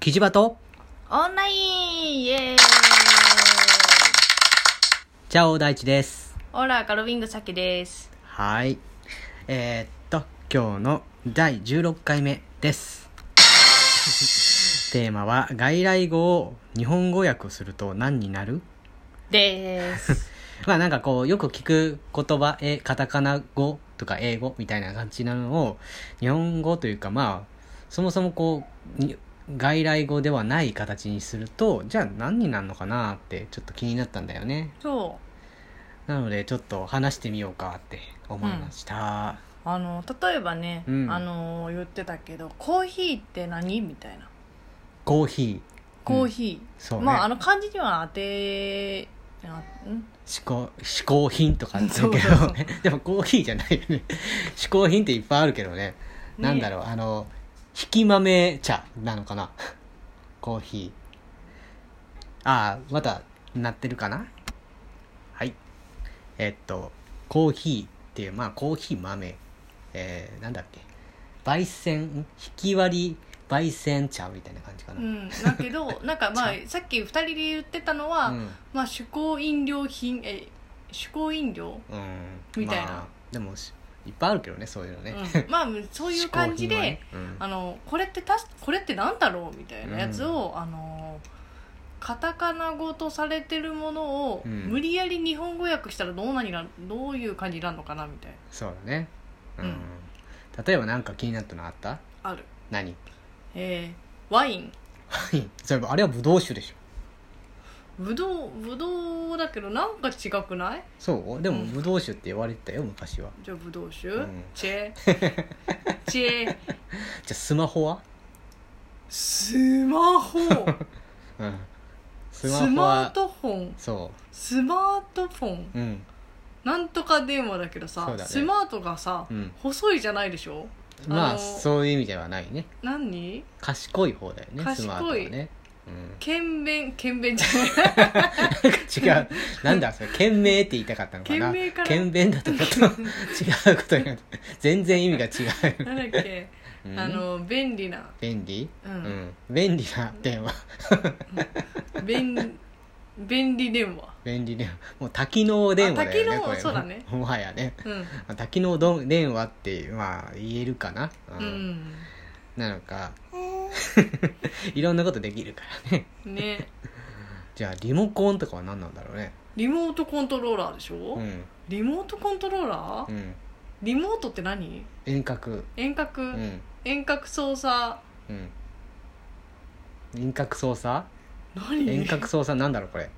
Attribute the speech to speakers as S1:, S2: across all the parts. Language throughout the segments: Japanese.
S1: キジバト、
S2: オンラインイエーイ
S1: チャオ大地です。
S2: オラカロウィングサケです。
S1: はい。えー、っと、今日の第16回目 です。テーマは、外来語を日本語訳すると何になる
S2: でーす。
S1: まあなんかこう、よく聞く言葉、え、カタカナ語とか英語みたいな感じなのを、日本語というかまあ、そもそもこう、に外来語ではない形にすると、じゃあ何になるのかなってちょっと気になったんだよね。
S2: そう。
S1: なのでちょっと話してみようかって思いました、
S2: あの、例えばね、
S1: うん
S2: あの、言ってたけど、コーヒーって何みたいな。
S1: コーヒー
S2: コーヒ
S1: そ
S2: ー。
S1: うね、
S2: まあ、あの漢字には当て、あん
S1: 嗜好嗜好品とかだけどね
S2: そうそうそ
S1: でもコーヒーじゃないよね 嗜好品っていっぱいあるけどねなんだろうあのひき豆茶なのかな コーヒーああまたなってるかなはいえっとコーヒーっていうまあコーヒー豆えー、なんだっけ焙煎んひき割り焙煎茶みたいな感じかな、
S2: うん。だけど、なんかまあ、さっき二人で言ってたのは、
S1: うん
S2: まあ、手工飲料品、え、手工飲料、
S1: うん
S2: みたいな
S1: まあでもしいっぱいあるけどねそういうのね、
S2: うん、まあ、そういう感 じ
S1: 嗜好品
S2: で、
S1: はねうん
S2: あのこれってたしこれってなんだろうみたいなやつを、あのカタカナ語とされてるものを、
S1: うん
S2: 無理やり日本語訳したらどうなになどういう感じになるのかなみたいな
S1: そうだね、うん
S2: うん
S1: 例えばなんか気になったのあった
S2: ある
S1: 何
S2: えーワイン
S1: そういえばあれはブドウ酒でしょ
S2: ぶどうぶどうだけどなんか違くない
S1: そうでも
S2: うん
S1: ブドウ酒って言われてたよ昔は
S2: じゃあぶどう酒、
S1: ん
S2: チ ェチェ
S1: じゃあスマホは、
S2: スマホ
S1: うん、 ス
S2: スマートフォン
S1: そ
S2: スマートフォン
S1: ううん
S2: なんとか電話だけどさ、
S1: そうだね
S2: スマートがさ、
S1: うん
S2: 細いじゃないでしょ
S1: まあ
S2: あの
S1: そういう意味ではないね
S2: 何
S1: 賢い方だよね
S2: 賢い
S1: スマートはね、うん、
S2: 剣弁剣弁じゃない
S1: 違 うなんだそれ賢明って言いたかったのかな
S2: 賢明かな
S1: 賢明だとちょ っと違うことになって全然意味が違う、
S2: なんだっけ、
S1: うん
S2: あの便利な
S1: 便利、
S2: う、
S1: うんん、便利な電話
S2: 便便利電話
S1: 便利電話 もう多機能電話だよね
S2: あ多機能
S1: これ
S2: そうだね
S1: もはやね
S2: うん
S1: まあ多機能どん電話ってまあ言えるかな、う
S2: うんん、
S1: なのかいろんなことできるからね
S2: ね
S1: じゃあリモコンとかは何なんだろうね
S2: リモートコントローラーでしょ、
S1: うん
S2: リモートコントローラー、
S1: うん
S2: リモートって何
S1: 遠隔
S2: 遠隔、
S1: うん
S2: 遠隔操作
S1: うん遠隔操作
S2: 何
S1: 遠隔操作なんだろうこれ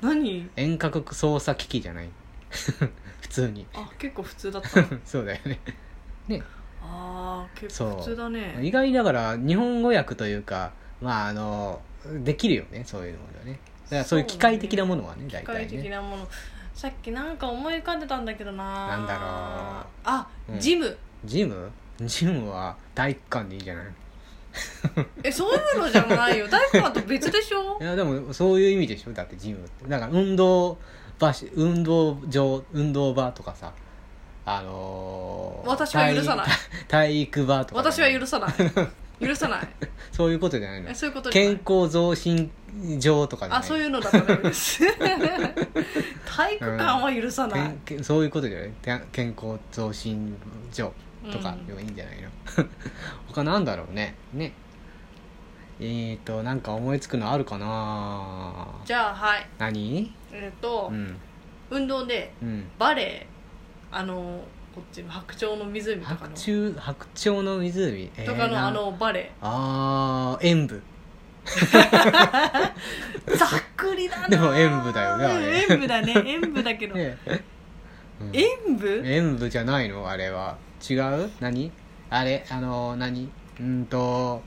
S2: 何
S1: 遠隔操作機器じゃない 普通に
S2: あ結構普通だった
S1: そうだよね
S2: あー結
S1: そう
S2: 構普通だね
S1: 意外だから日本語訳というかまああのできるよねそういうのがねだからそういう機械的なものはね大
S2: 機械
S1: 体
S2: 的
S1: ね
S2: なものさっきなんか思い浮かんでたんだけどな
S1: なんだろう
S2: あ、
S1: うん
S2: ジム
S1: ジム ジムは体育館でいいじゃない
S2: えそういうのじゃな いよ大工館と別でしょ
S1: いやでもそういう意味でしょだってジムってだから運動場し運動場運動場とかさあのー、
S2: 私は許さない
S1: 体体育 場とか、
S2: 私は許
S1: さ
S2: さない許さない
S1: そういうことじゃないの
S2: えそういうことじゃな
S1: 健
S2: い
S1: 康増進場とかじゃない
S2: あそういうのだったらダメです 体育館は許さない、
S1: けんけんそういうことじゃないけん健康増進所とかでもいいんじゃないの、 他なんだろうねねえーとなんか思いつくのあるかな
S2: じゃあはい
S1: 何
S2: えっ、と
S1: う、ん
S2: 運動で
S1: うん
S2: バレーあのこっちの白鳥の湖とか
S1: 白
S2: の
S1: 鳥白鳥の湖、えー
S2: とかの
S1: な
S2: あのバレ
S1: あー演舞
S2: ーざっくりだな
S1: でも演舞だよねあれ
S2: うん演舞だね演舞だけど、
S1: ね うん
S2: 演舞
S1: 演舞じゃないのあれは違う何あれあの何うんと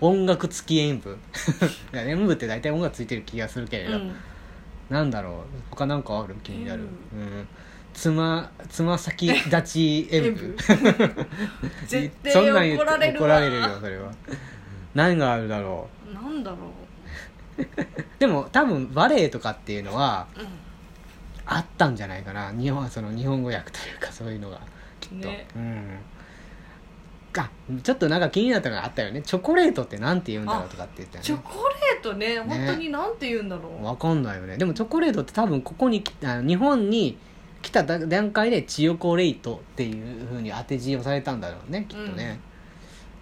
S1: 音楽付き演舞 いや演舞って大体音楽ついてる気がするけれ
S2: う
S1: ど、
S2: ん
S1: なんだろう他なんかある気になる、
S2: 演
S1: うんつまつま先立ち演舞
S2: 絶
S1: そんなん
S2: 対
S1: 言う
S2: 怒られる
S1: 怒
S2: わ
S1: られるよそれは何があるだろ
S2: なんだろ
S1: うでも多分バレエとかっていうのは
S2: う、うん
S1: あったんじゃないかな日本その日本語訳というかそういうのがきっと、
S2: ね
S1: うんあちょっとなんか気になったのがあったよねチョコレートってなんて言うんだろうとかって言った
S2: チ
S1: よ
S2: ョ
S1: ね
S2: コレートね本当になんて言うんだろう、
S1: わかんないよねでもチョコレートって多分ここに来あ日本に来た段階でチヨコレートっていうふうに当て字をされたんだろうねきっとね、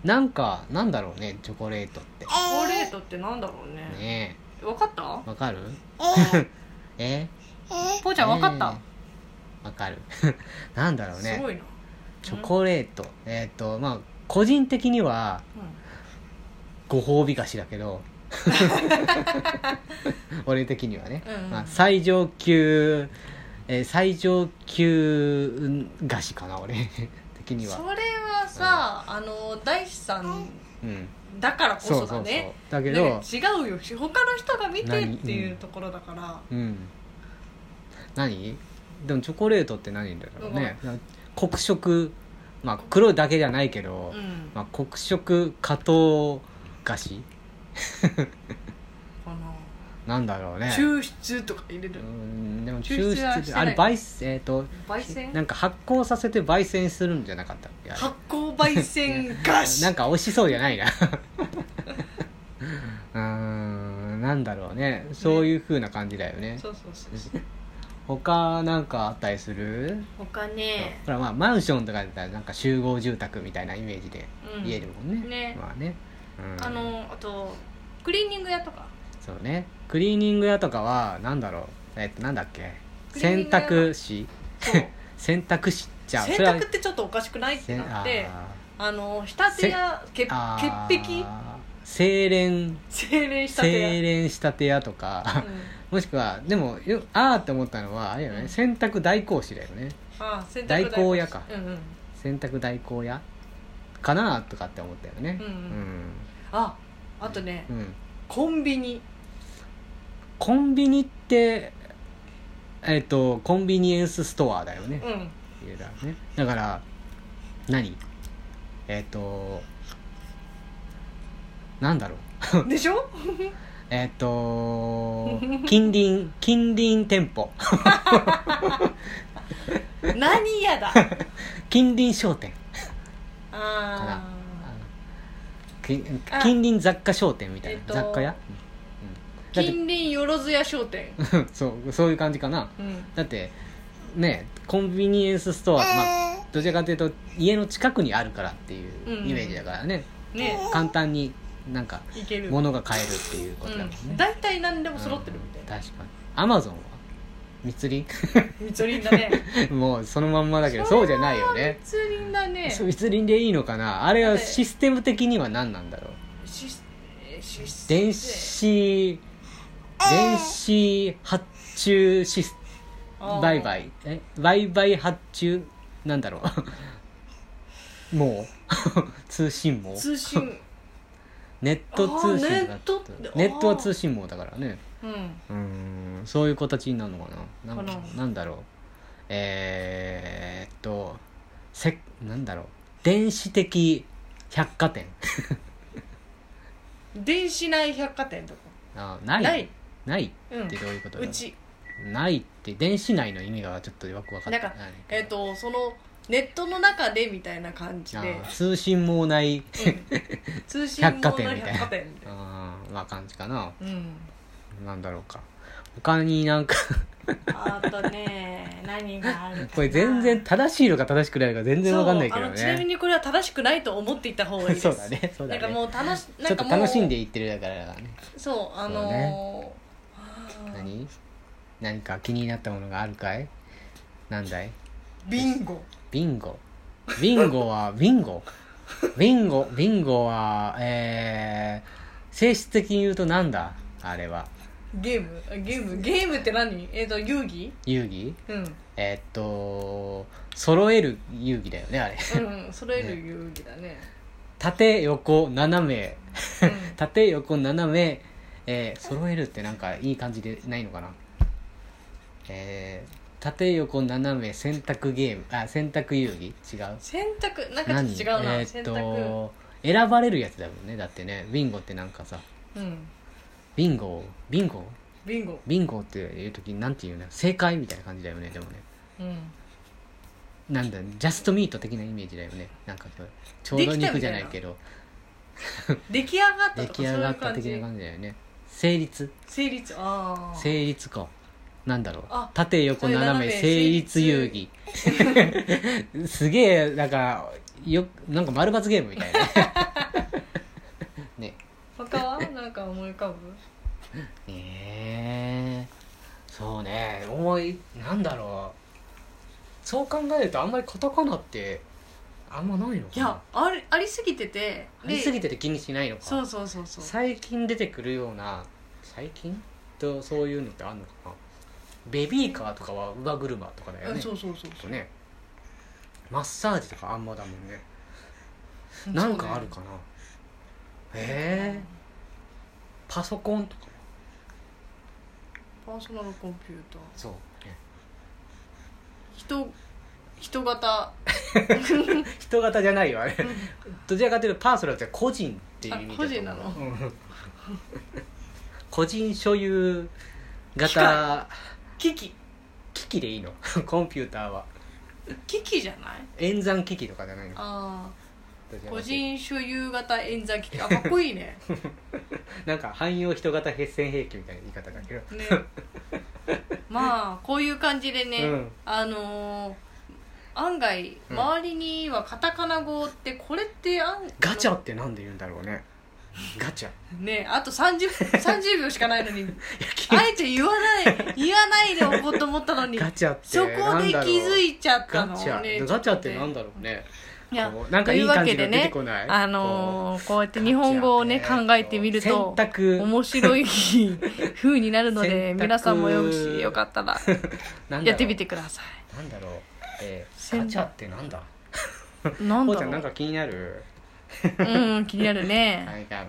S1: なんかなんだろうねチョコレートって
S2: チョコレートってなんだろうね
S1: ね
S2: 分かった
S1: えわかる え
S2: ぽーちゃん分かった、
S1: ねえわかる なんだろう
S2: す
S1: ね
S2: ごいな
S1: チョコレート、えっ、とまあ個人的には
S2: う
S1: ご褒美菓子だけ ど俺的にはね、
S2: うんうん
S1: まあ、最上級、えー最上級菓子かな俺的
S2: ん
S1: に
S2: そ
S1: は、
S2: れはさ、あの大師さん
S1: うん、
S2: だからこ
S1: そうそ
S2: そ
S1: うそ
S2: だ
S1: う
S2: ね
S1: だけ
S2: なん
S1: ど
S2: か違うよ他の人が見てっていうところだから、
S1: うん何でもチョコレートって何だろうね黒色まあ黒だけじゃないけど、
S2: うん
S1: まあ、黒色加糖菓子
S2: この
S1: なんだろうね
S2: 抽出とか入れる
S1: うんでも
S2: 抽
S1: 抽
S2: 出はして
S1: 出
S2: ない
S1: あれ焙煎えっ、と
S2: 焙煎
S1: なんか発酵させて焙煎するんじゃなかったっけあれ
S2: 発酵焙煎菓子
S1: なんか美味しそうじゃないな うーんなんだろうねそういう風な感じだよね
S2: そうそうそうそう
S1: 他なんかあったりする
S2: 他ね
S1: ほらまあマンションとかだったらなんか集合住宅みたいなイメージで
S2: うん
S1: 家でもんね,、
S2: ね
S1: まあね、うん
S2: あのあとクリーニング屋とか
S1: そうねクリーニング屋とかはなんだろうえっとなんだっけ
S2: クリーニ
S1: 洗
S2: ング屋
S1: 濯紙
S2: そう
S1: 洗濯紙じゃあ
S2: 洗
S1: それは
S2: 濯ってちょっとおかしくないって
S1: せん
S2: なっ
S1: あ
S2: てあの仕立て屋け
S1: ー
S2: 潔癖
S1: あー精錬
S2: 精錬仕
S1: 精
S2: 立て
S1: 錬仕立て屋と
S2: 屋、
S1: か
S2: う、ん、
S1: もしくはでもよあーって思ったのはあれよね、
S2: うん
S1: 洗濯代行師だよね
S2: ああ洗濯
S1: 代行屋か
S2: うんうん
S1: 洗濯代行屋かなとかって思ったよね
S2: うんああとね
S1: うんうん
S2: コンビニ
S1: コンビニってえっ、とコンビニエンスストアだよね
S2: うん
S1: 言うだねだから何えっ、となんだろう
S2: で しょ
S1: えっ、 と近隣近隣店舗
S2: 何 やだ
S1: 近隣商店
S2: あ
S1: あ
S2: あ
S1: のき
S2: あ
S1: 近隣雑貨商店みたいな、
S2: えっと
S1: 雑貨屋、 だって
S2: 近隣よろずや商店、
S1: そうそういう感じかな
S2: うん、
S1: だってねコンビニエンスストア、まあ、どちらかというと家の近くにあるからっていうイメージだからね、
S2: ね
S1: 簡単になんか
S2: いける
S1: 物が買えるっていうことだもんね、
S2: うん、大体何でも揃ってるみたいな、
S1: うん確かにアマゾンは密林
S2: 密林だね
S1: もうそのまんまだけどそうじゃないよね
S2: 密林だね
S1: そう密林でいいのかなあれはシステム的には何なんだろう
S2: シスシス
S1: 電子電子発注シス
S2: あー
S1: 売買え売買発注なんだろうもう 通信網
S2: 通信
S1: ネット通
S2: あー
S1: 信
S2: ネットって
S1: だネットは通信網だからね
S2: うん
S1: うーんそういう形になるのかななん
S2: かな
S1: なんだろうえー、っとせなんだろう電子的百貨店
S2: 電子内百貨店とか
S1: あない
S2: ない
S1: ない
S2: うん
S1: ってどういうこと
S2: うち
S1: ないって電子内の意味がちょっとよく分かってない
S2: なんかえっ、とそのネットの中でみたいな感じ
S1: あ
S2: で
S1: ー通信網内
S2: うん通信網の
S1: 百貨店みたいな
S2: 百貨店みたいな
S1: あーまあ感じかな
S2: うん
S1: なんだろうか他になんか
S2: あとね何があるかな
S1: これ全然正しいのか正しくないのか全然分かんないけど
S2: そうあのちなみ
S1: ね
S2: にこれは正しくないと思っていった方がいいです
S1: そうだねそうだね
S2: なんかもう楽し
S1: ち
S2: な
S1: ょっ
S2: ん
S1: と
S2: かもう
S1: 楽しんでいってるだからね
S2: そうあ
S1: そう
S2: の
S1: ね
S2: ーはあ
S1: 何何か気になったものがあるかいなんだい
S2: ビンゴ
S1: ビンゴビンゴ はビンゴビンゴビンゴはえー、性質的に言うとなんだあれは
S2: ゲームあゲームゲームって何えっ、と遊戯
S1: 遊戯
S2: うん
S1: えーっと揃える遊戯だよねあれ
S2: うんそれる遊戯だね
S1: 縦横斜め
S2: うん
S1: 縦横斜め、えー、揃えるってなんかいい感じでないのかなえー、縦横斜め選択ゲームあ選択遊戯違う
S2: 選択なんかちょ
S1: 何
S2: っと違うな、
S1: えー
S2: 選
S1: っ
S2: 択
S1: と選ばれるやつだもんねだってねビンゴってなんかさ
S2: うん
S1: ビンゴビンゴ
S2: ビンゴ
S1: ビンゴっていう時なんていうの正解みたいな感じだよねでもね
S2: うん
S1: なんだジャストミート的なイメージだよねなんかそうちょうど肉じゃないけど
S2: 出来上がった
S1: 出
S2: とか
S1: 来
S2: そう
S1: 上
S2: い
S1: が
S2: う
S1: った
S2: 感
S1: 的な
S2: じ
S1: 感じだよね成立
S2: 成立ああ
S1: 成立かなんだろう
S2: あ
S1: 縦横斜め
S2: それ斜め
S1: 成立遊戯 すげえなんかよなんか丸抜ゲームみたい なね
S2: 他はなんか思い浮かぶ
S1: ええそうね思いなんだろうそう考えるとあんまりカタカナってあんまないのかない
S2: やありありすぎてて
S1: ありすぎ
S2: て
S1: てて気にしないのか
S2: そうそうそうそう
S1: 最近出てくるような最近とそういうのってあんのかなベビーカーとかは上車とかだよ
S2: うん
S1: ね
S2: そうそうそうそう
S1: ねマッサージとかあんまだもんねなんかあるかなええパソコンとか
S2: パーソナルコンピューター
S1: そう、ね、
S2: 人 人型
S1: 人型じゃないよあれどちらかというとパーソナルって個人っていう意味だと思う
S2: あ個人なの
S1: うん個人所有型
S2: 機器
S1: 機器でいいの コンピューターは
S2: 機器じゃない
S1: 演算機器とかじゃないの
S2: あ
S1: どち
S2: あ
S1: らかというと
S2: 個人所有型演算機器あかっこいいね
S1: なんか汎用人型決戦兵器みたいな言い方だけど
S2: ねまあこういう感じでね、
S1: うん
S2: あのー案外
S1: うん
S2: 周りにはカタカナ語ってこれってあん
S1: ガチャってなんで言うんだろうねガチャ
S2: ねあ と 30, 30秒しかないのに
S1: いや
S2: あえて言わない言わないでおこうと思ったのに
S1: ガチャって
S2: そこ
S1: なん
S2: で
S1: だろう
S2: 気づいちゃった
S1: ガ
S2: の
S1: チャ
S2: ね
S1: ガチャってなんだろうね
S2: いや
S1: こうなんかいい感じが出て
S2: とい
S1: こ
S2: うわ
S1: な
S2: け
S1: い
S2: でねあのーこうやって日本語をね
S1: ガチャ
S2: 考えてみると
S1: 選択
S2: 面白 い風になるので
S1: 選択
S2: 皆さんもよしよかったら
S1: なんだろう
S2: やってみてくださ
S1: なんだろう、えー、
S2: 選
S1: ガチャってなんだ
S2: いなん
S1: ほ
S2: だ
S1: うちゃんなん
S2: ろ
S1: か気になる
S2: ううん気になるね
S1: なんか